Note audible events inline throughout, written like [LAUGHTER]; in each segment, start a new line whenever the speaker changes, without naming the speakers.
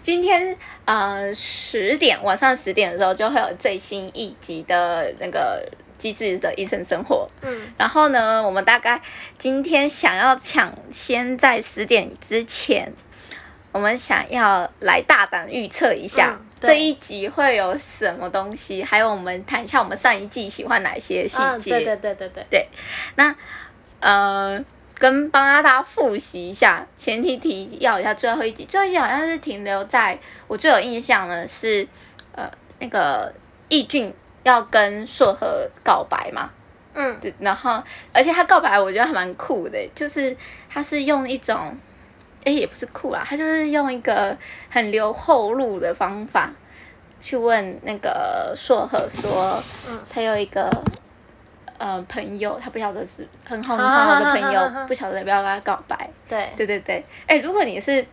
今天呃十点晚上十点的时候就会有最新一集的那个《机智的医生生活》。
嗯，
然后呢，我们大概今天想要抢先在十点之前，我们想要来大胆预测一下、
嗯对
这一集会有什么东西，还有我们谈一下我们上一季喜欢哪些细
嗯，
节。
对对对对对，
呃，跟帮大家复习一下，前提提要一下最后一集，最后一集好像是停留在我最有印象的是，呃，那个易俊要跟硕和告白嘛，
嗯，
对然后而且他告白我觉得还蛮酷的，就是他是用一种，哎也不是酷啦，他就是用一个很留后路的方法。去问那个硕和说，
嗯
他有一个呃朋友，他不晓得是很好很好的朋友，不晓得要不要跟他告白。
对，
对对对，哎、如果你是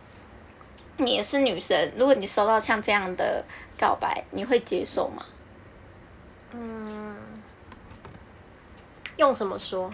你也是女生，如果你收到像这样的告白，你会接受吗？
嗯，用什么说？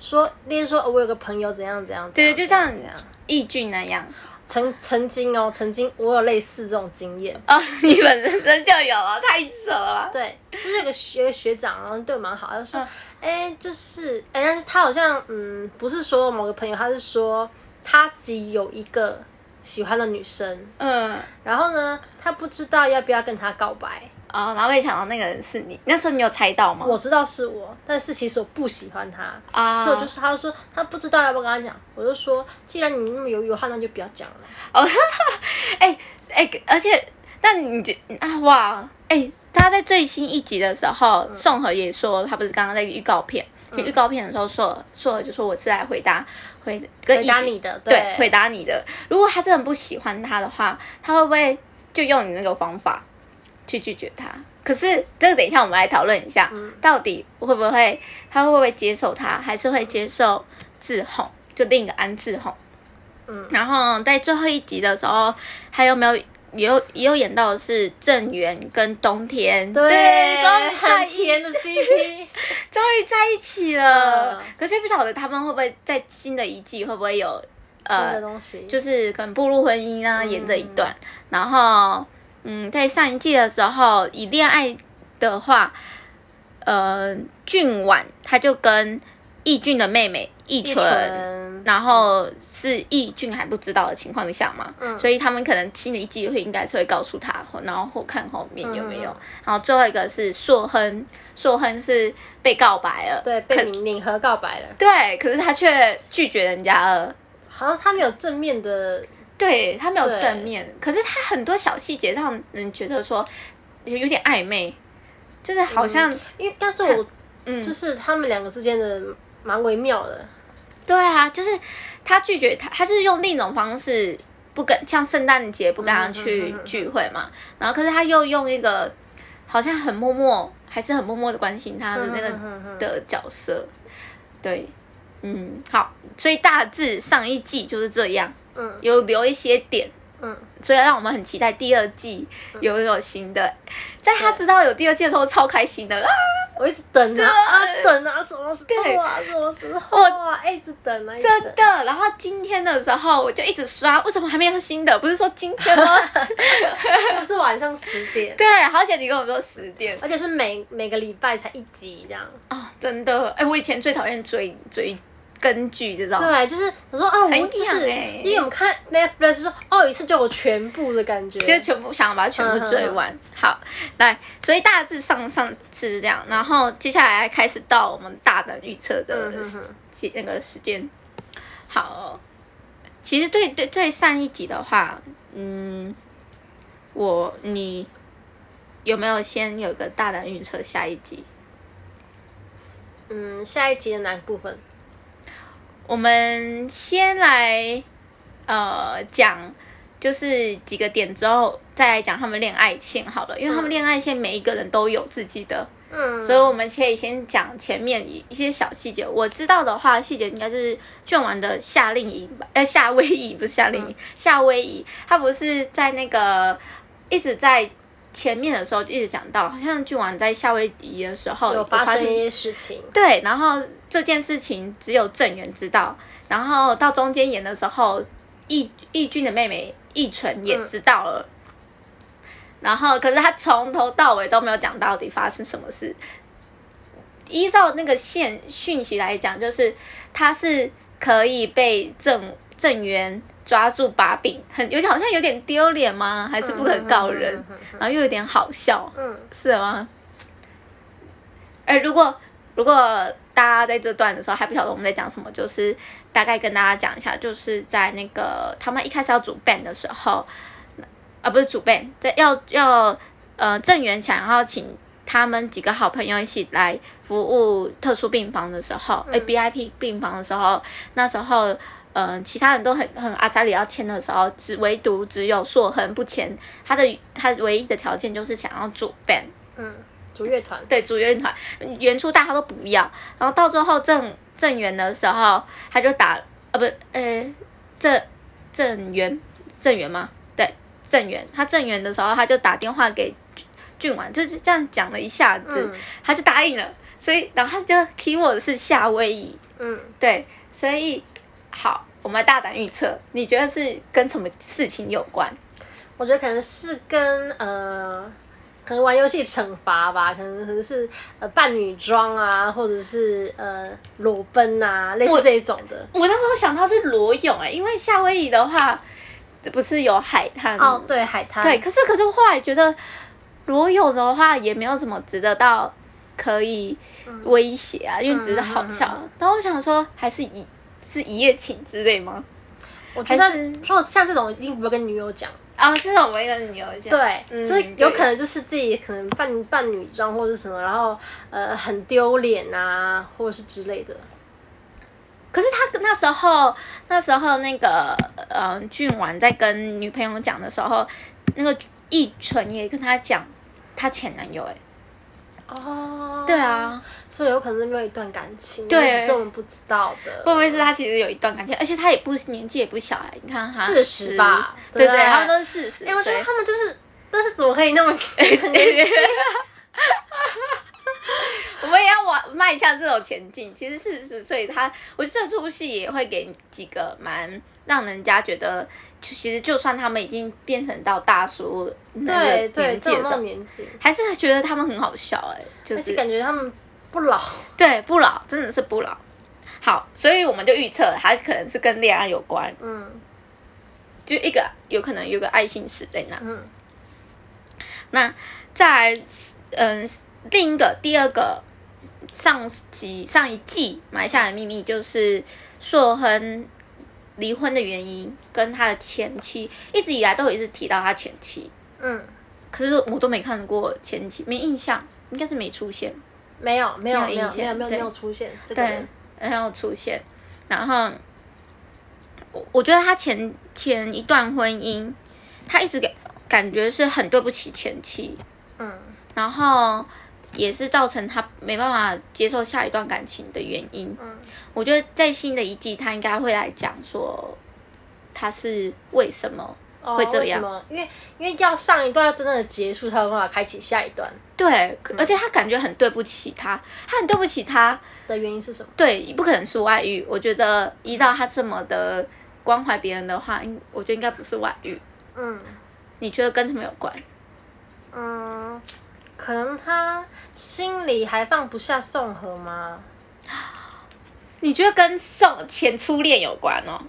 说，例如说，哦我有个朋友怎样怎样，
对对，就
怎样
像
怎样。
易俊那样
曾曾经哦，曾经我有类似这种经验，
[LAUGHS] 哦，你本身就有了，太扯了。
对，就是有个学有个学长，然后对我蛮好，他就说
嗯，
哎、就是，哎、但是他好像，嗯，不是说某个朋友，他是说他自己有一个喜欢的女生，
嗯，
然后呢，他不知道要不要跟他告白。
哦，然后我也想到那个人是你，那时候你有猜到吗？
我知道是我，但是其实我不喜欢他，
啊
所以我就是他就说他不知道要不要跟他讲，我就说既然你那么犹豫的话，那就不要讲了。
哎、而且，那你觉啊哇，哎、他在最新一集的时候，
嗯
宋和也说，他不是刚刚在预告片，就预告片的时候说，宋和就说我是来回答回跟
回答
一句
你的，
对回答你的。如果他真的不喜欢他的话，他会不会就用你那个方法去拒绝他？可是这个等一下我们来讨论一下，嗯到底会不会他会不会接受他，还是会接受志宏，就另一个安志宏。
嗯
然后在最后一集的时候，还有没有也有也有演到的是郑源跟冬天，
对，
终于在
很
一
甜的 [LAUGHS] CP，
终于在一起了。
嗯
可是不晓得他们会不会在新的一季会不会有
新
呃
的东西，
就是可能步入婚姻啊，
嗯
演这一段。然后，嗯，在上一季的时候，以恋爱的话，呃，俊婉他就跟易俊的妹妹易
一
纯，
纯
然后是易俊还不知道的情况下嘛，
嗯
所以他们可能新的一季会应该是会告诉他，哦然后后看后面有没有。
嗯
然后最后一个是硕亨，硕亨是被告白了，
对
可
被领领和告白了，
对，可是他却拒绝人家了。
好像他没有正面的，
对他没有
对
正面，可是他很多小细节让人觉得说有有点暧昧，就是好像
因为但是我
嗯，
就是他们两个之间的蛮微妙的，
对啊，就是他拒绝他，他就是用另一种方式不跟，像圣诞节不跟他
嗯嗯
去
嗯嗯嗯
聚会嘛，然后可是他又用一个好像很默默，还是很默默的关心他的那个
个
的角色，对，嗯，好，所以大致上一季就是这样，
嗯
有留一些点。
嗯，
所以让我们很期待第二季有有新的。在他知道有第二季的时候，超开心的啊！
我一直等啊啊等啊，什么时
对
候啊什么时候啊，哎一直等啊，一直
真
等。
的。然后今天的时候，我就一直刷，为什么还没有新的？不是说今天吗？
就是晚上十点，
对，好险你跟我说十点
而且是每每个礼拜才一集这样。
哦，真的。哎、我以前最讨厌追追根据这种，
对，就是我说啊，我
很
就
痒
是
欸
因为我们看 Netflix 就说哦，一次就有全部的嗯感觉，
就是全部想要把它全部追完。好，来，所以大致上上次是这样，然后接下来开始到我们大胆预测的
嗯哼哼
时那个时间。好，哦其实对对对上一集的话，嗯，我你有没有先有个大胆预测下一集？
嗯，下一集的哪个部分？
我们先来呃讲，就是几个点之后再来讲他们恋爱线好了，因为他们
嗯
恋爱线每一个人都有自己的。
嗯，
所以我们可以先讲前面一一些小细节。我知道的话，细节应该是卷完的夏令营吧，呃，夏威夷不是夏令营，
嗯
夏威夷，他不是在那个一直在前面的时候一直讲到，好像俊完在夏威夷的时候
有
发
哦发生
现
一些事情，
对，然后这件事情只有郑源知道，然后到中间演的时候，易易俊的妹妹易纯也知道了。然后，可是他从头到尾都没有讲到底发生什么事。依照那个线讯息来讲，就是他是可以被郑郑源抓住把柄，很有点好像有点丢脸吗？还是不可告人？
嗯嗯嗯嗯嗯
然后又有点好笑，
嗯，
是吗？哎，如果如果大家在这段的时候还不晓得我们在讲什么，就是大概跟大家讲一下，就是在那个他们一开始要组 band 的时候，啊，不是组 band，在要要呃郑源想要请他们几个好朋友一起来服务特殊病房的时候，哎、BIP 病房的时候，那时候。呃，其他人都很很阿萨里要签的时候，只唯独只有硕恒不签，他的他唯一的条件就是想要组 band，
嗯，主乐团，
对，组乐团，原初大家都不要，然后到最后郑郑源的时候，他就打呃不呃郑郑源郑源吗？对，郑源，他郑源的时候，他就打电话给俊俊婉，就是这样讲了一下子，
嗯
他就答应了，所以然后他就 keyword 是夏威夷，
嗯，
对，所以好，我们大胆预测，你觉得是跟什么事情有关？
我觉得可能是跟呃，可能玩游戏惩罚吧，可能可能是呃扮女装啊，或者是呃裸奔啊，类
我
似这一种的。
我那时候想到是裸泳哎、因为夏威夷的话，不是有海滩
哦，对，海滩，
对，，可是可是我后来觉得裸泳的话也没有怎么值得到可以威胁啊，因为只是好笑。然后我想说，还是一是一夜情之类吗？
我觉
还
得
是
说像这种一定不会跟女友讲，
啊，这种我一个女友这样
对，
嗯
就是有
对
可能就是自己可能扮扮女装或者什么，然后呃很丢脸啊，或者是之类的。
可是他那时候，那时候那个呃，俊完在跟女朋友讲的时候，那个易纯也跟他讲她前男友哎、
哦，
对，啊，
所以有可能是没有一段感情，
对
只是我们不知道的。
会不会是他其实有一段感情，而且他也不年纪也不小哎、你看他
40吧
对
对不
对，
对
他们都是四十
哎、我觉得
岁，
他们就是，但是怎么可以那么很
[LAUGHS]
年轻？
我们也要往迈向这种前进。其实四十岁他，我觉得这出戏也会给几个蛮让人家觉得，其实就算他们已经变成到大叔那
对
个
对，
年纪的
这
时
么
候，
年纪，
还是觉得他们很好笑哎、就
而且
是
感觉他们不老。
对不老，真的是不老。好，所以我们就预测他可能是跟恋爱有关，
嗯
就一个有可能有个爱心史在那。
嗯
那再来，嗯，另一个第二个上集上一季埋下的秘密就是硕亨离婚的原因，跟他的前妻一直以来都一直提到他前妻，
嗯，
可是我都没看过前妻，没印象，应该是没出现，
没有没有
没有
没有
意
没有
见
没有
对
没有出现这个
对
人。，
没有出现。然后我我觉得他前前一段婚姻，他一直给感觉是很对不起前妻，
嗯
然后也是造成他没办法接受下一段感情的原因。
嗯
我觉得在新的一季，他应该会来讲说他是为什么
哦
会这
为什
样
么？因为因为要上一段要真正的结束，才有办法开启下一段
对，可而且他感觉很对不起他，他很对不起他。
的原因是什么？
对，不可能是外遇。我觉得依照他这么的关怀别人的话，应我觉得应该不是外遇。
嗯
你觉得跟什么有关？
嗯，可能他心里还放不下宋和吗？
你觉得跟送前初恋有关哦？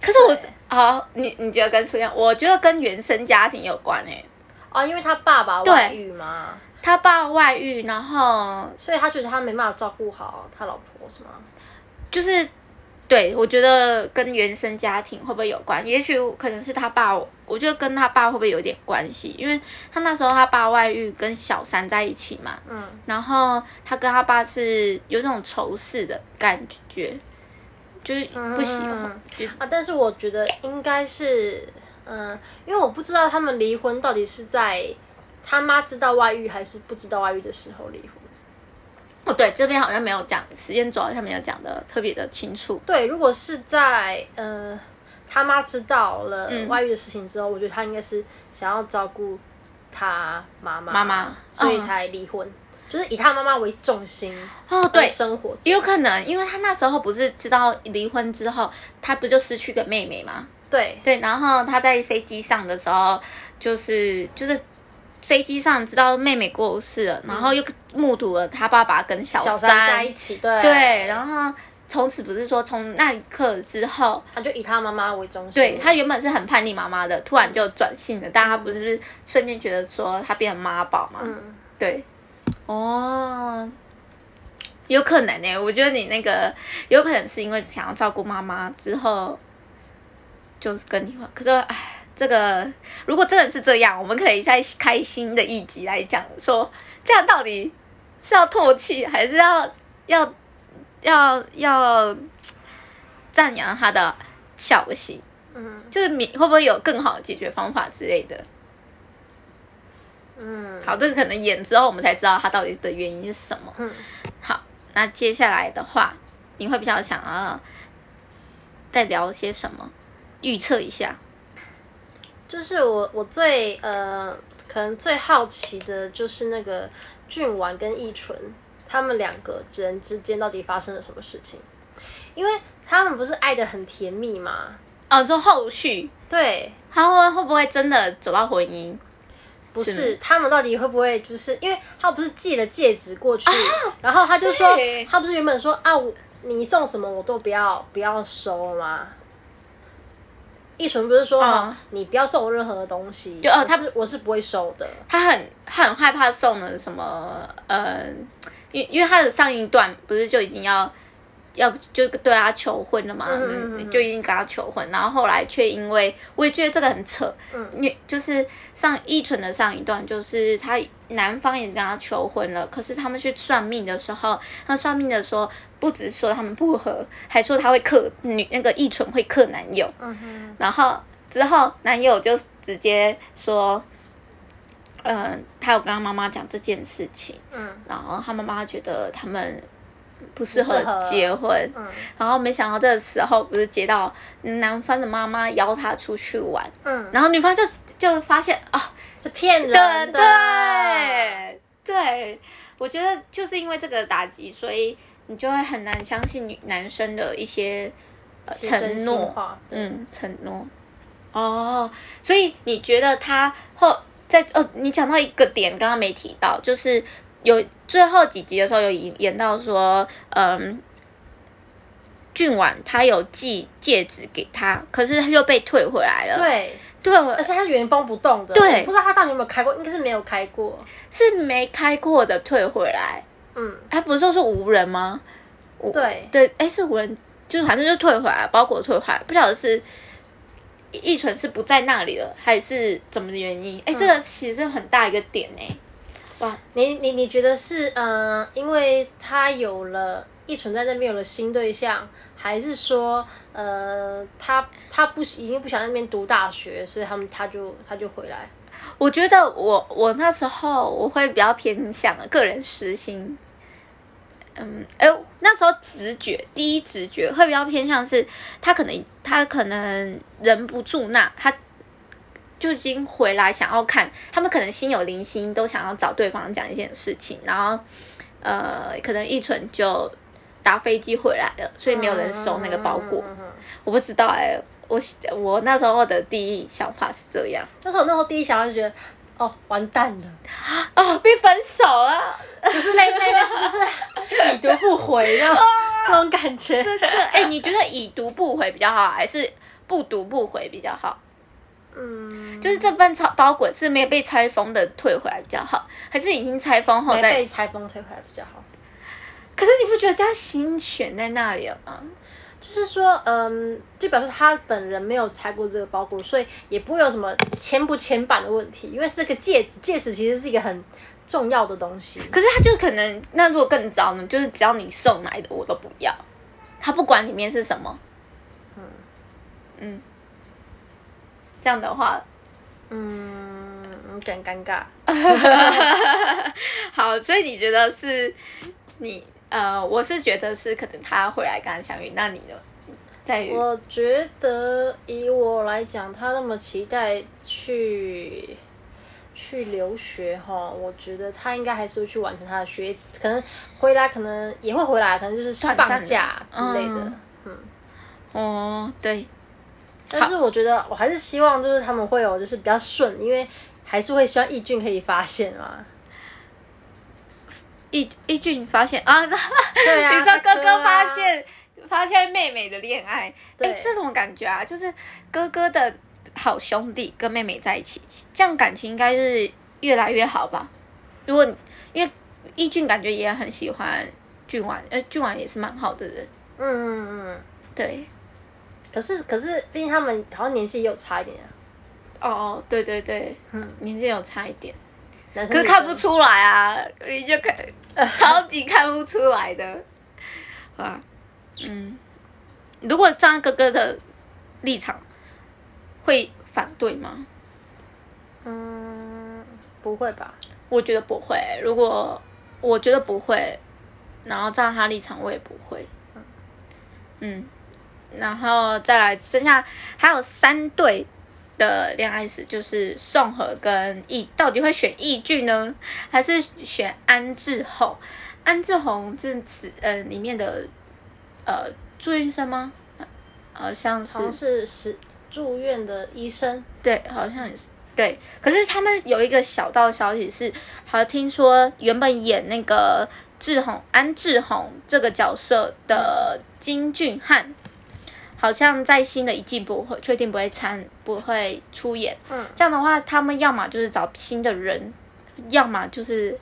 可是我
对
好、你你觉得跟初恋？我觉得跟原生家庭有关诶、欸
哦，因为他爸爸
对
外遇嘛，
他爸外遇，然后
所以他觉得他没办法照顾好他老婆，是吗？
就是对我觉得跟原生家庭会不会有关？也许可能是他爸，我觉得跟他爸会不会有点关系？因为他那时候他爸外遇跟小三在一起嘛，
嗯
然后他跟他爸是有这种仇视的感觉，就是不喜欢，
嗯
就
啊，但是我觉得应该是，嗯、因为我不知道他们离婚到底是在他妈知道外遇还是不知道外遇的时候离婚。
哦，对，这边好像没有讲时间轴，好像没有讲的特别的清楚。
对，如果是在呃他妈知道了
嗯
外遇的事情之后，我觉得他应该是想要照顾他妈妈，
妈妈
所以
嗯
才离婚，就是以他妈妈为重心，
哦，对，
生活
有可能，因为他那时候不是知道离婚之后，他不就失去个妹妹吗？
对，
对，然后他在飞机上的时候，就是就是飞机上知道妹妹过世了，然后又目睹了他爸爸跟小
小
三
三在一起，对
对，然后从此不是说从那一刻之后，
他就以他妈妈为中心，
对他原本是很叛逆妈妈的，突然就转性了，但他不是瞬间觉得说他变成妈宝嘛？
嗯，
对，哦。有可能呢、我觉得你那个有可能是因为想要照顾妈妈之后，就是跟你，可是哎，这个如果真的是这样，我们可以再开新的一集来讲，说这样到底是要唾弃，还是要要要要赞扬他的孝心？
嗯
就是你会不会有更好的解决方法之类的？
嗯
好，这个可能演之后我们才知道它到底的原因是什么。
嗯，
好，那接下来的话，你会比较想要再聊些什么？预测一下，
就是我我最呃，可能最好奇的就是那个俊完跟易纯他们两个人之间到底发生了什么事情，因为他们不是爱的很甜蜜嘛，
哦，就后续
对，
他会会不会真的走到婚姻？
不是
是
他们到底会不会就是因为他不是寄了戒指过去，然后他就说
啊对
他不是原本说啊我你送什么我都不要不要收吗？一纯不是说、哦
嗯
你不要送我任何的东西，
就哦
我
他
是我是不会收的，
他很他很害怕送了什么，呃，因因为他的上一段不是就已经要要就对他求婚了嘛，
嗯嗯嗯
就已经跟他求婚，然后后来却因为我也觉得这个很扯，
嗯
因为就是上一纯的上一段，就是他男方也跟他求婚了，可是他们去算命的时候，他算命的说不止说他们不合，还说他会克女那个一纯会克男友，
嗯哼，
然后之后男友就直接说，呃，他有跟他妈妈讲这件事情，
嗯
然后他妈妈觉得他们不适
不适合
合结婚，
嗯
然后没想到这时候不是接到男方的妈妈邀他出去玩，
嗯，
然后女方就就发现啊，
是骗人
对
的，
对对，我觉得就是因为这个打击，所以你就会很难相信女男生的一些、呃、
是真
承
心
诺，
话，对，
嗯，承诺。哦，所以你觉得他后在哦，你讲到一个点，刚刚没提到，就是有最后几集的时候有演演到说，嗯，俊婉他有寄戒指给他，可是又被退回来了。
对，
对，
而且他是原封不动的，
对
我不知道他到底有没有开过，应该是没有开过，
是没开过的退回来。
嗯，
哎，不是说是无人吗？我
对
对，哎，是无人，就是反正就退回来，包裹退回来，不晓得是一纯是不在那里了，还是怎么的原因？哎，这个其实很大一个点哎、哇，
你你你觉得是嗯、呃因为他有了一存在那边有了新对象，还是说呃，他他不已经不想在那边读大学，所以他们他就他就回来？
我觉得我我那时候我会比较偏向个人私心，嗯，哎、那时候直觉第一直觉会比较偏向是，他可能他可能人不住那，他就已经回来想要看，他们可能心有灵犀，都想要找对方讲一件事情，然后呃，可能一纯就搭飞机回来了，所以没有人收那个包裹，
嗯嗯嗯嗯
我不知道哎、我我那时候的第一想法是这样。
那时候那时候第一想法就觉得，哦，完蛋了，
[LAUGHS] 哦，被分手了，
就是类类类似就是已 [LAUGHS] 读不回 [LAUGHS] 的这种感觉。
真的。哎、你觉得已读不回比较好，还是不读不回比较好？
嗯，
就是这份包包裹是没有被拆封的退回来比较好，还是已经拆封后
没
再？
被裁缝推回来比较好。
可是你不觉得这样心悬在那里了吗？
就是说，嗯，就表示他本人没有拆过这个包裹，所以也不会有什么牵不牵绊的问题，因为是个戒指，戒指其实是一个很重要的东西。
可是他就可能，那如果更糟呢？就是只要你送来的我都不要，他不管里面是什么。嗯
嗯
这样的话，
嗯，有点尴尬。
好，所以你觉得是你呃，我是觉得是可能他回来跟他相遇，那你呢？在于
我觉得以我来讲，他那么期待去去留学哈，我觉得他应该还是会去完成他的学业，可能回来，可能也会回来，可能就是
短
嗯
暂的
放假之类的
嗯。哦，对，
但是我觉得我还是希望就是他们会有就是比较顺，因为还是会希望义俊可以发现嘛。
一一俊发现啊，
[LAUGHS] 对
[LAUGHS]
啊，
你说哥
啊
哥发现、发现妹妹的恋爱，
对
哎，这种感觉啊，就是哥哥的好兄弟跟妹妹在一起，这样感情应该是越来越好吧？如果你因为易俊感觉也很喜欢俊婉，呃，俊婉也是蛮好的人，
嗯嗯嗯。
对，
可是可是，毕竟他们好像年纪也有差一点
哦
啊，
哦，对对对，
嗯，
年纪有差一点，
男生
可是
女
看
生
不出来啊，你就看超级看不出来的，啊，嗯，如果站在哥哥的立场，会反对吗？
嗯，不会吧？
我觉得不会，如果我觉得不会，然后站在他立场，我也不会，嗯，然后再来剩下还有三对。的恋爱史就是宋和跟易，到底会选易俊呢，还是选安志宏？安志宏是此呃里面的呃住院医生吗？呃好像是
好像是是住院的医生，
对，好像也是对。可是他们有一个小道消息是，好像听说原本演那个志宏安志宏这个角色的金俊汉，好像在新的一季不会确定不会参不会出演。
嗯，
这样的话，他们要么就是找新的人，要么就是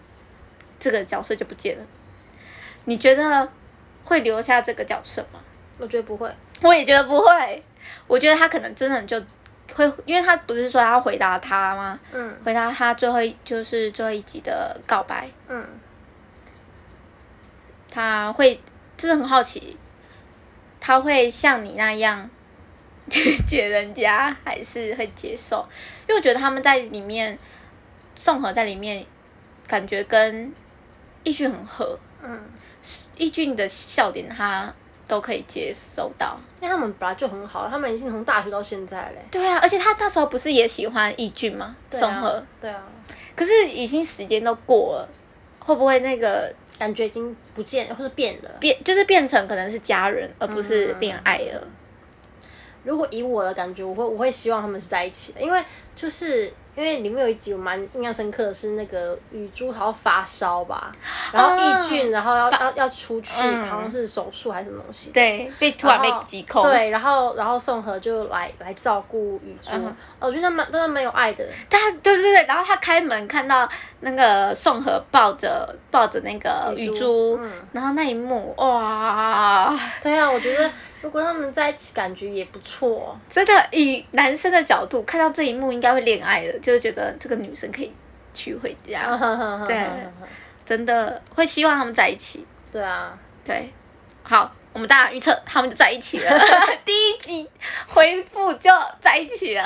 这个角色就不见了。你觉得会留下这个角色吗？
我觉得不会。
我也觉得不会，我觉得他可能真的就会，因为他不是说他要回答他吗？
嗯
回答他最后一就是最后一集的告白，
嗯，
他会就是很好奇，他会像你那样拒绝人家，还是会接受？因为我觉得他们在里面，宋和在里面感觉跟易俊很合，
嗯，
易俊的笑点他都可以接收到。
因为他们本来就很好，他们已经从大学到现在嘞。
对啊，而且他那时候不是也喜欢易俊吗？
对
宋和
啊，，对啊，
可是已经时间都过了，会不会那个
感觉已经不见了或是变了。
变就是变成可能是家人，而不是恋爱了？
如果以我的感觉，我会我会希望他们是在一起的，因为就是因为里面有一集我蛮印象深刻的是那个雨珠好像发烧吧，然后
哦
易俊然后要要要出去，
嗯
好像是手术还是什么东西，
对，被突然被
然后
击扣，，
对，然后然后宋和就来来照顾雨珠，
嗯
哦我觉得那蛮真的蛮有爱的，
他对对对，然后他开门看到那个宋和抱着抱着那个雨
雨珠
珠，
嗯
然后那一幕哇，
对啊，我觉得如果他们在一起，感觉也不错。 [LAUGHS]
真的以男生的角度看到这一幕，应该会恋爱的，就是觉得这个女生可以娶回家， [LAUGHS]
对
真的会希望他们在一起。
[LAUGHS] 对啊，
对，好，我们大家预测他们就在一起 [LAUGHS] 了，第一集回复就在一起了，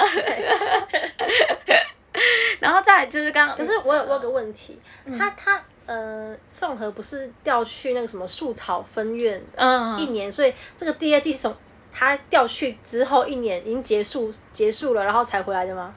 然后再来就是刚刚，
可是我有我有个问题，
嗯
他他呃，宋和不是调去那个什么树草分院一
嗯，
年，所以这个第二季是从他调去之后一年已经结束结束了，然后才回来的吗？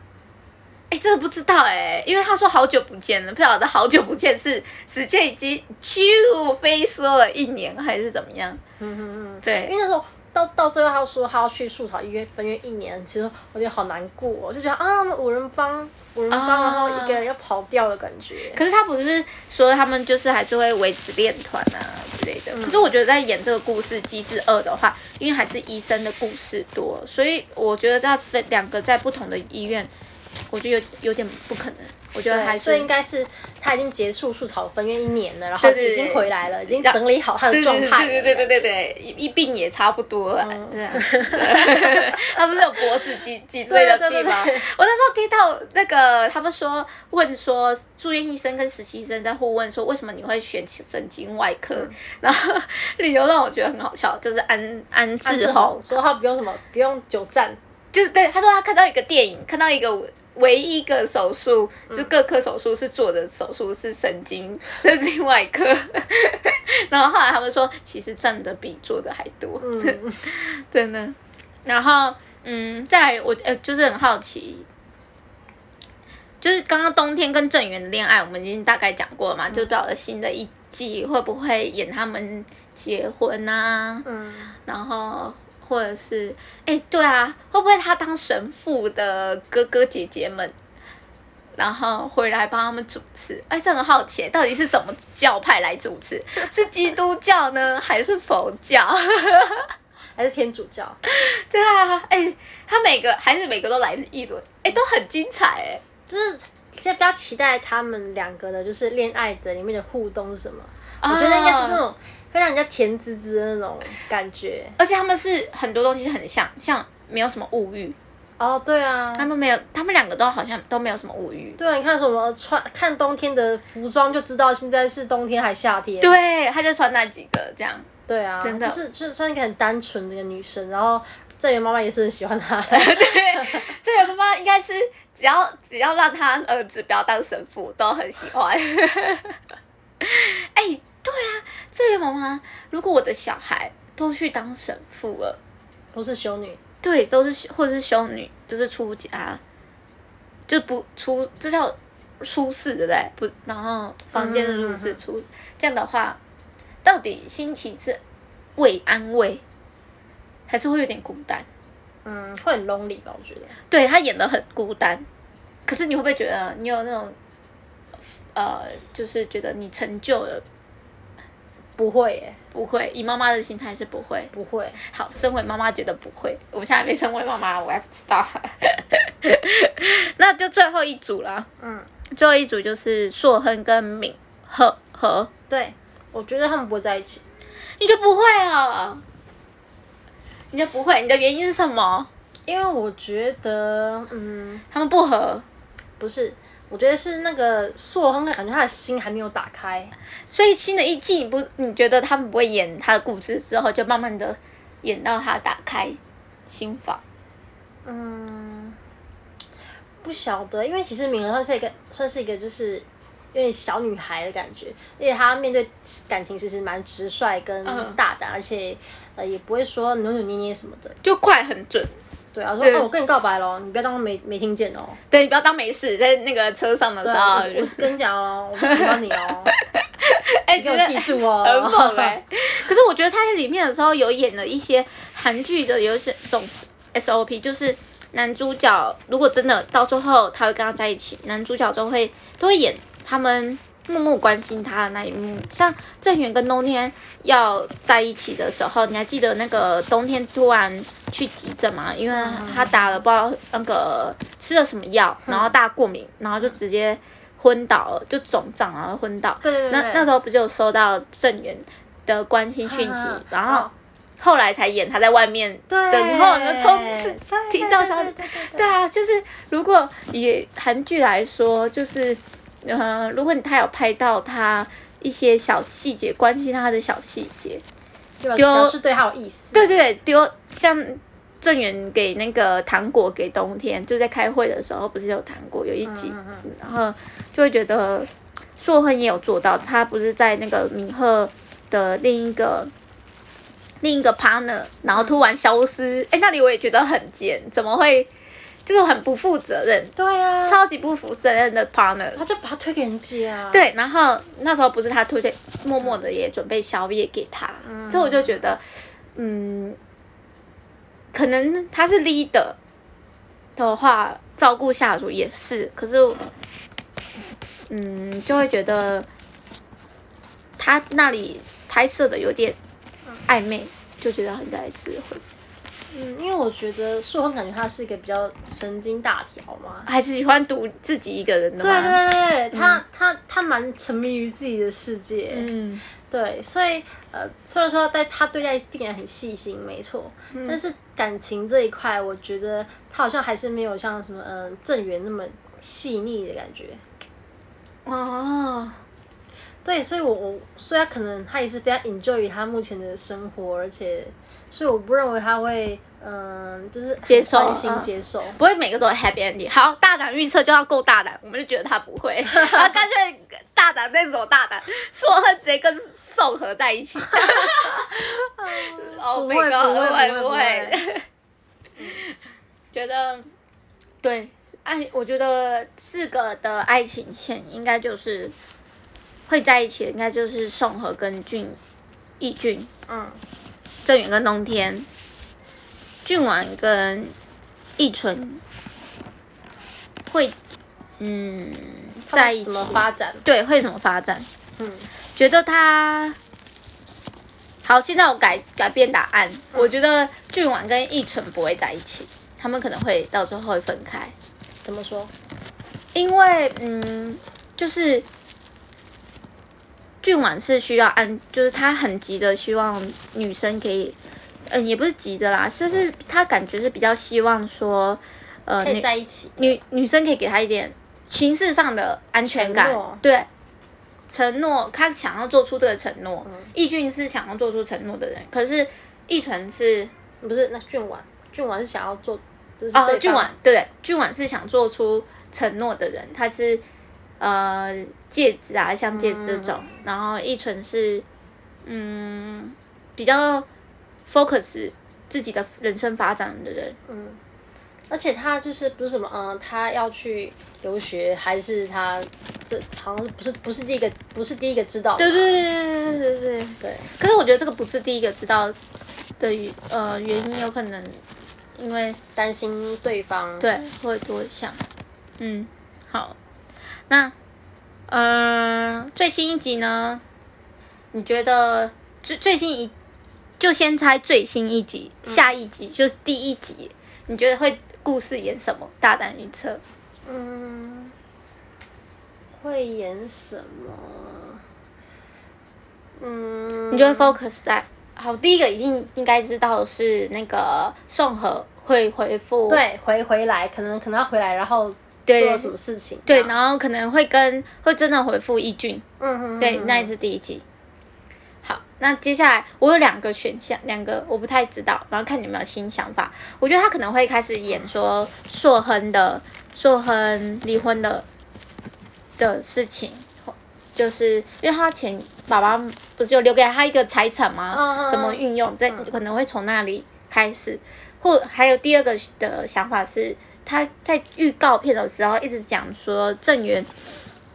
哎，这个不知道哎、因为他说好久不见了，不晓得好久不见是时间已经就飞说了一年还是怎么样，
嗯嗯嗯，因为
对，
那时候。到到最后，他说他要去树草医院分院一年，其实我觉得好难过哦、我就觉得啊，五人帮五人帮，
啊
然后一个人要跑掉的感觉。
可是他不是说他们就是还是会维持练团啊之类
嗯
的，可是我觉得在演这个故事《机智二》的话，因为还是医生的故事多，所以我觉得在分两个在不同的医院，我觉得有有点不可能。我觉得还
对，
是
所以应该是他已经结束树草分院一年了，然后
对对
已经回来了，已经
然
整理好他的
对
状态嗯了。
对对对对对对，一一病也差不多了，对
[LAUGHS]
啊，对 [LAUGHS] 他不是有脖子脊脊椎的
对对
病吗？
对对
我那时候听到那个他们说问说住院医生跟实习医生在互问说为什么你会选神经外科，
嗯
然后 [LAUGHS] 理由让我觉得很好笑，就是安安
安
志
志
宏
宏，说他不用什么，不用久站，
就是对他说他看到一个电影，看到一个。唯一一个手术，就是各科手术是做的手术是神经神经外科， [LAUGHS] 然后后来他们说，其实站的比做的还多。 [LAUGHS]
嗯，
真的。然后，嗯，再来我呃，就是很好奇，就是刚刚冬天跟郑源的恋爱，我们已经大概讲过了嘛，就是不晓得新的一季会不会演他们结婚啊，
嗯，
然后或者是哎、对啊，会不会他当神父的哥哥姐姐们，然后回来帮他们主持？哎，这很好奇，到底是什么教派来主
[LAUGHS]
持？是基督教呢，还是佛教？ [LAUGHS]
还是天主教？
对啊，哎、他每个还是每个都来一轮，哎、都很精彩哎、
就是现在比较期待他们两个的，就是恋爱的里面的互动是什么？我觉得应该是那
哦
种会让人家甜滋滋的那种感觉。
而且他们是很多东西很像，像没有什么物欲，
哦，对啊，
他们没有，他们两个都好像都没有什么物欲。
对啊，你看什么穿看冬天的服装就知道现在是冬天还夏天。
对，他就穿那几个这样，
对啊，
真的
就是就是算一个很单纯的一个女生，然后郑源妈妈也是很喜欢 [LAUGHS] 她。
对，这个妈妈应该是只要只要让他儿子不要当神父，都很喜 [LAUGHS] 欢。哎、对啊，这个妈妈，如果我的小孩都去当神父了，
不是修女，
对，都是或者是修女，就是出家，就不出，这叫出世，对不对？不，然后房间的入
嗯嗯
室
嗯嗯
出，这样的话，到底心情是慰安慰，还是会有点孤单？
嗯，会很 lonely 吧？我觉得
对他演的很孤单，可是你会不会觉得你有那种，呃，就是觉得你成就了？
不会耶，
不会，以妈妈的心态是不会。
不会。
好，身为妈妈觉得不会，我现在还没身为妈妈，我还不知道。 [LAUGHS] 那就最后一组啦，
嗯，
最后一组就是硕亨跟敏赫和，
对，我觉得他们不会在一起。
你就不会哦，你就不会，你的原因是什么？
因为我觉得，嗯，
他们不合，
不是，我觉得是那个硕亨感觉他的心还没有打开，
所以新的一季你不，你觉得他们不会演他的故事之后，就慢慢的演到他打开心房。
嗯，不晓得，因为其实敏儿算是一个，算是一个就是有点小女孩的感觉，而且她面对感情其实蛮直率跟
嗯
大胆，而且呃也不会说扭扭捏捏什么的。
就快很准。
对啊，我
对
说哦，我跟你告白喽，你不要当没没听见哦。
对，你不要当没事，在那个车上的
对
时
啊，
候
我，我跟你讲哦，我不喜欢你哦，
[LAUGHS] 哎、
你
其
给
实
我记住哦。
很猛哎、 [LAUGHS] 可是我觉得他在里面的时候有演了一些韩剧的有一些种 SOP，就是男主角如果真的到最后他会跟他在一起，男主角都会都会演他们默默关心他的那一幕。像郑源跟冬天要在一起的时候，你还记得那个冬天突然去急诊嘛？因为他打了不知道那个吃了什么药，然后大过敏，然后就直接昏倒了，就肿胀然后昏倒。
[LAUGHS] 对对对
那那时候不就有收到郑源的关心讯息，然后后来才演他在外面
啊哦对，
等候，然后冲刺
对
听到消息
对对对对
对啊，就是如果以韩剧来说，就是呃，如果你他有拍到他一些小细节，关心他的小细节，
对吧
丢
表示对他有意思。
对对对，丢像郑源给那个糖果给冬天，就在开会的时候，不是有糖果有一集，
嗯嗯
然后就会觉得硕亨也有做到，他不是在那个明赫的另一个。另一个 partner，然后突然消失，哎、那里我也觉得很贱，怎么会，就是很不负责任，
对啊，
超级不负责任的 partner。
他就把他推给人家啊。，
对，然后那时候不是他推荐，默默的也准备宵夜给他，所以我就觉得，嗯，可能他是 leader 的话，照顾下属也是，可是，嗯，就会觉得他那里拍摄的有点
嗯
暧昧，就觉得应该是会，
嗯，因为我觉得硕亨感觉他是一个比较神经大条嘛。嗯
还是喜欢独自己一个人的
[LAUGHS] 对
嘛。
对对，对他他他蛮沉迷于自己的世界，
嗯，
对，所以呃，虽然说在他对待病人很细心，没错，但是感情这一块，我觉得他好像还是没有像什么呃郑源那么细腻的感觉。
哦，
对，所以我我所以他可能他也是非常 enjoy 他目前的生活，而且所以我不认为他会嗯、就是很
接受
专心
嗯
接受。
不会每个都有 happy ending。好，大胆预测就要够大胆，我们就觉得他不
[LAUGHS]
会，然后干脆大胆再走大胆，硕亨直接跟宋和在一
[LAUGHS]
起。哦，，Oh
不
美
会
哥，
不会
不
不会不
会， [LAUGHS] 觉得对爱，我觉得四个的爱情线应该就是会在一起，应该就是宋和跟俊义俊、
嗯，
郑源跟冬天，俊婉跟易纯会嗯在一
怎
起，
么发展？
对，会怎么发展？
嗯，
觉得他好，现在我改改变答案，我觉得俊婉跟易纯不会在一起，他们可能会到时候会分开，
怎么说？
因为嗯，就是俊婉是需要按，就是他很急的希望女生可以，嗯，也不是急的啦，就是他感觉是比较希望说，呃，
可以
女
在一起？
女女生可以给他一点形式上的安全感
承诺，
对，承诺，他想要做出这个承诺。易俊是想要做出承诺的人，可是易纯是
不是，那俊婉，俊婉是想要做，就是对
哦，
方
俊婉对不对？俊婉是想做出承诺的人，他是呃戒指啊，像戒指这种，
嗯
然后易纯是嗯比较 focus 自己的人生发展的人，
嗯而且他就是不是什么，嗯，他要去留学，还是他这好像是不是不是第一个，不是第一个知道的
对
嘛，
对对对对对对。
对，
可是我觉得这个不是第一个知道的原呃原因，有可能因为
担心对方，
对哎会多想。嗯，好，那嗯、呃最新一集呢？你觉得最最新一就先猜最新一集，
嗯
下一集就是第一集，你觉得会故事演什么？大胆预测。
嗯，会演什么？啊嗯，
你就会 focus 在好第一个一定应该知道是那个宋和会回复
对回回来，可能可能要回来，然后
对
做了什么事情？
对，
这样
然后可能会跟会真的回复易俊，
嗯嗯，嗯
对，
嗯
那也是第一集。好，那接下来我有两个选项，两个我不太知道，然后看你有没有新想法。我觉得他可能会开始演说硕亨的硕亨离婚的的事情，就是因为他前爸爸不是有留给他一个财产吗？
嗯嗯嗯
怎么运用？对，可能会从那里开始。或还有第二个的想法是，他在预告片的时候一直讲说郑源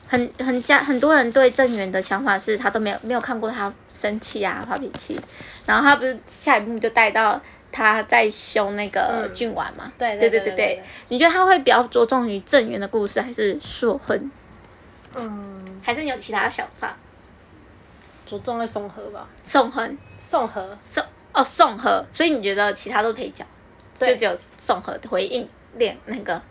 很很家很多人对郑源的想法是他都没有没有看过他生气啊发脾气，然后他不是下一幕就带到他在凶那个
嗯
俊婉嘛？
对
对对
对对对对
你觉得他会比较着重于郑源的故事，还是硕婚，
嗯，
还是你有其他想法？
着重在宋和吧，
宋恒
宋和
宋哦宋和，所以你觉得其他都可以讲，就
对
只有宋和回应恋那个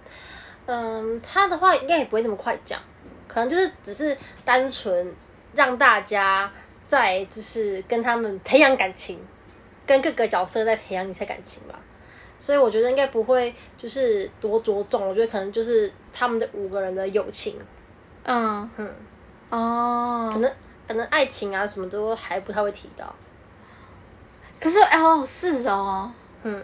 嗯，他的话应该也不会那么快讲，可能就是只是单纯让大家在就是跟他们培养感情，跟各个角色再培养一下感情吧。所以我觉得应该不会就是多着重，我觉得可能就是他们的五个人的友情，
嗯
嗯，
哦，
可能可能爱情啊什么都还不太会提到，
可是哦是哦，
嗯，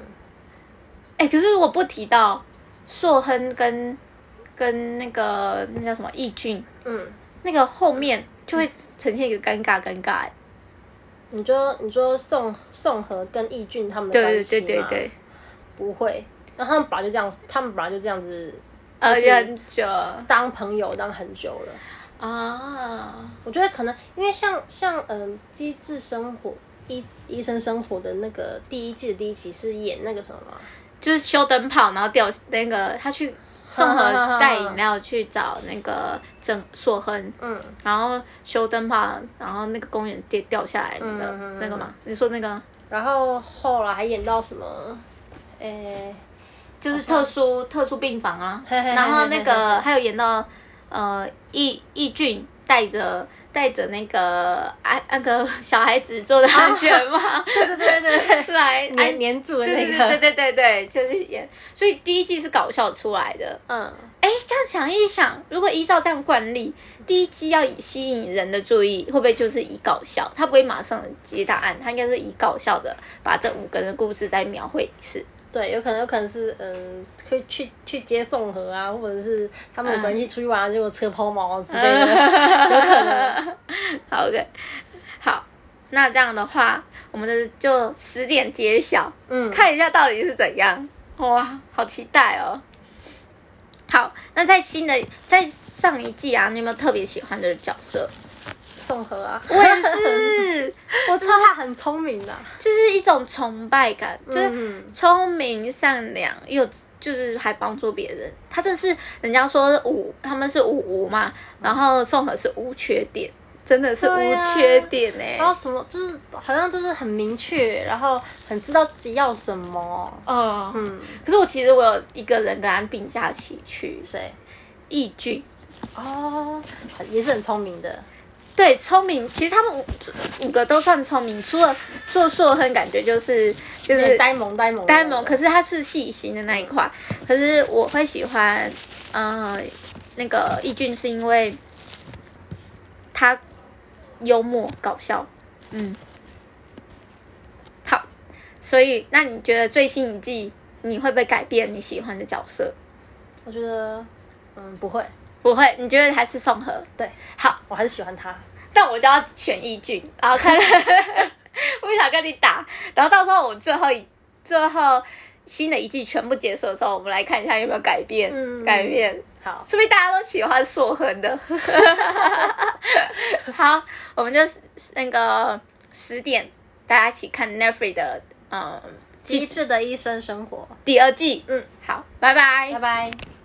哎、可是如果不提到硕亨跟跟那个那叫什么义俊，
嗯，
那个后面就会呈现一个尴尬尴尬、欸，
你说你说宋宋和跟义俊他们的
对
关系
对
吗？
对对对，
不会，那他们本来就这样，他们本来就这样子
呃，
就是
很久
当朋友当很久了。
啊，
我觉得可能因为像像嗯《机智生活》医医生生活的那个第一季的第一期是演那个什么吗？
就是修灯泡，然后掉那个他去宋和带饮料去找那个郑硕亨，
嗯，
然后修灯泡，然后那个公园跌掉下来那个、
嗯嗯嗯
那个嘛，你说那个
然后后来还演到什么？诶、
就是特殊特殊病房啊，
嘿嘿嘿
然后
嘿嘿
那个还有演到呃易易俊带着带着那个安、那个小孩子坐的安全帽、
哦 [LAUGHS] 对对对 [LAUGHS] 对，
来
黏黏住的
对
那
对对对
个，
对对对，就是演，所以第一季是搞笑出来的。
嗯，
哎，这样想一想，如果依照这样惯例，第一季要以吸引人的注意，会不会就是以搞笑？他不会马上揭答案，他应该是以搞笑的把这五个人的故事再描绘一次。
对，有可能有可能是嗯，可以去去接宋和啊，或者是他们有
嗯
关系出去玩啊，结果车抛锚之类的。
有可能。 [LAUGHS] 好，OK，好，那这样的话，我们的就十点揭晓，
嗯，
看一下到底是怎样。哇，好期待哦！好，那在新的在上一季啊，你有没有特别喜欢的角色？
综合啊，
我也
[LAUGHS]
是，我
就是
超
他很聪明的啊、
就是一种崇拜感，就是
嗯
聪明、善良又就是还帮助别人。他这是人家说无，他们是无无嘛，然后宋和是无缺点，真的是
对
无
啊
缺点哎、
然后什么就是好像就是很明确，然后很知道自己要什么。
哦，
嗯，
可是我其实我有一个人跟他并驾齐驱，
谁？
易俊。
哦，很也是很聪明的。
对，聪明，其实他们五五个都算聪明，除了做硕亨，感觉就是就
有
是
点呆萌呆萌的
呆萌，可
是
是他是细心的那一块。可是我会喜欢，呃，那个易俊是因为他幽默搞笑，嗯，好，所以那你觉得最新一季你会不会改变你喜欢的角色？
我觉得，嗯，不会，
不会，你觉得还是宋和？
对
好，
我还是喜欢他。
但我就要选易俊，然
[LAUGHS]
后看看，我不想跟你打，然后到时候我最后一最后新的一季全部结束的时候，我们来看一下有没有改变，
嗯
改变。
好，
是不是大家都喜欢硕亨
[LAUGHS]
的？好，我们就是那个十点，大家一起看 Netflix 的嗯
机智的医生生活，
第二季。
嗯，
好，拜拜
拜拜。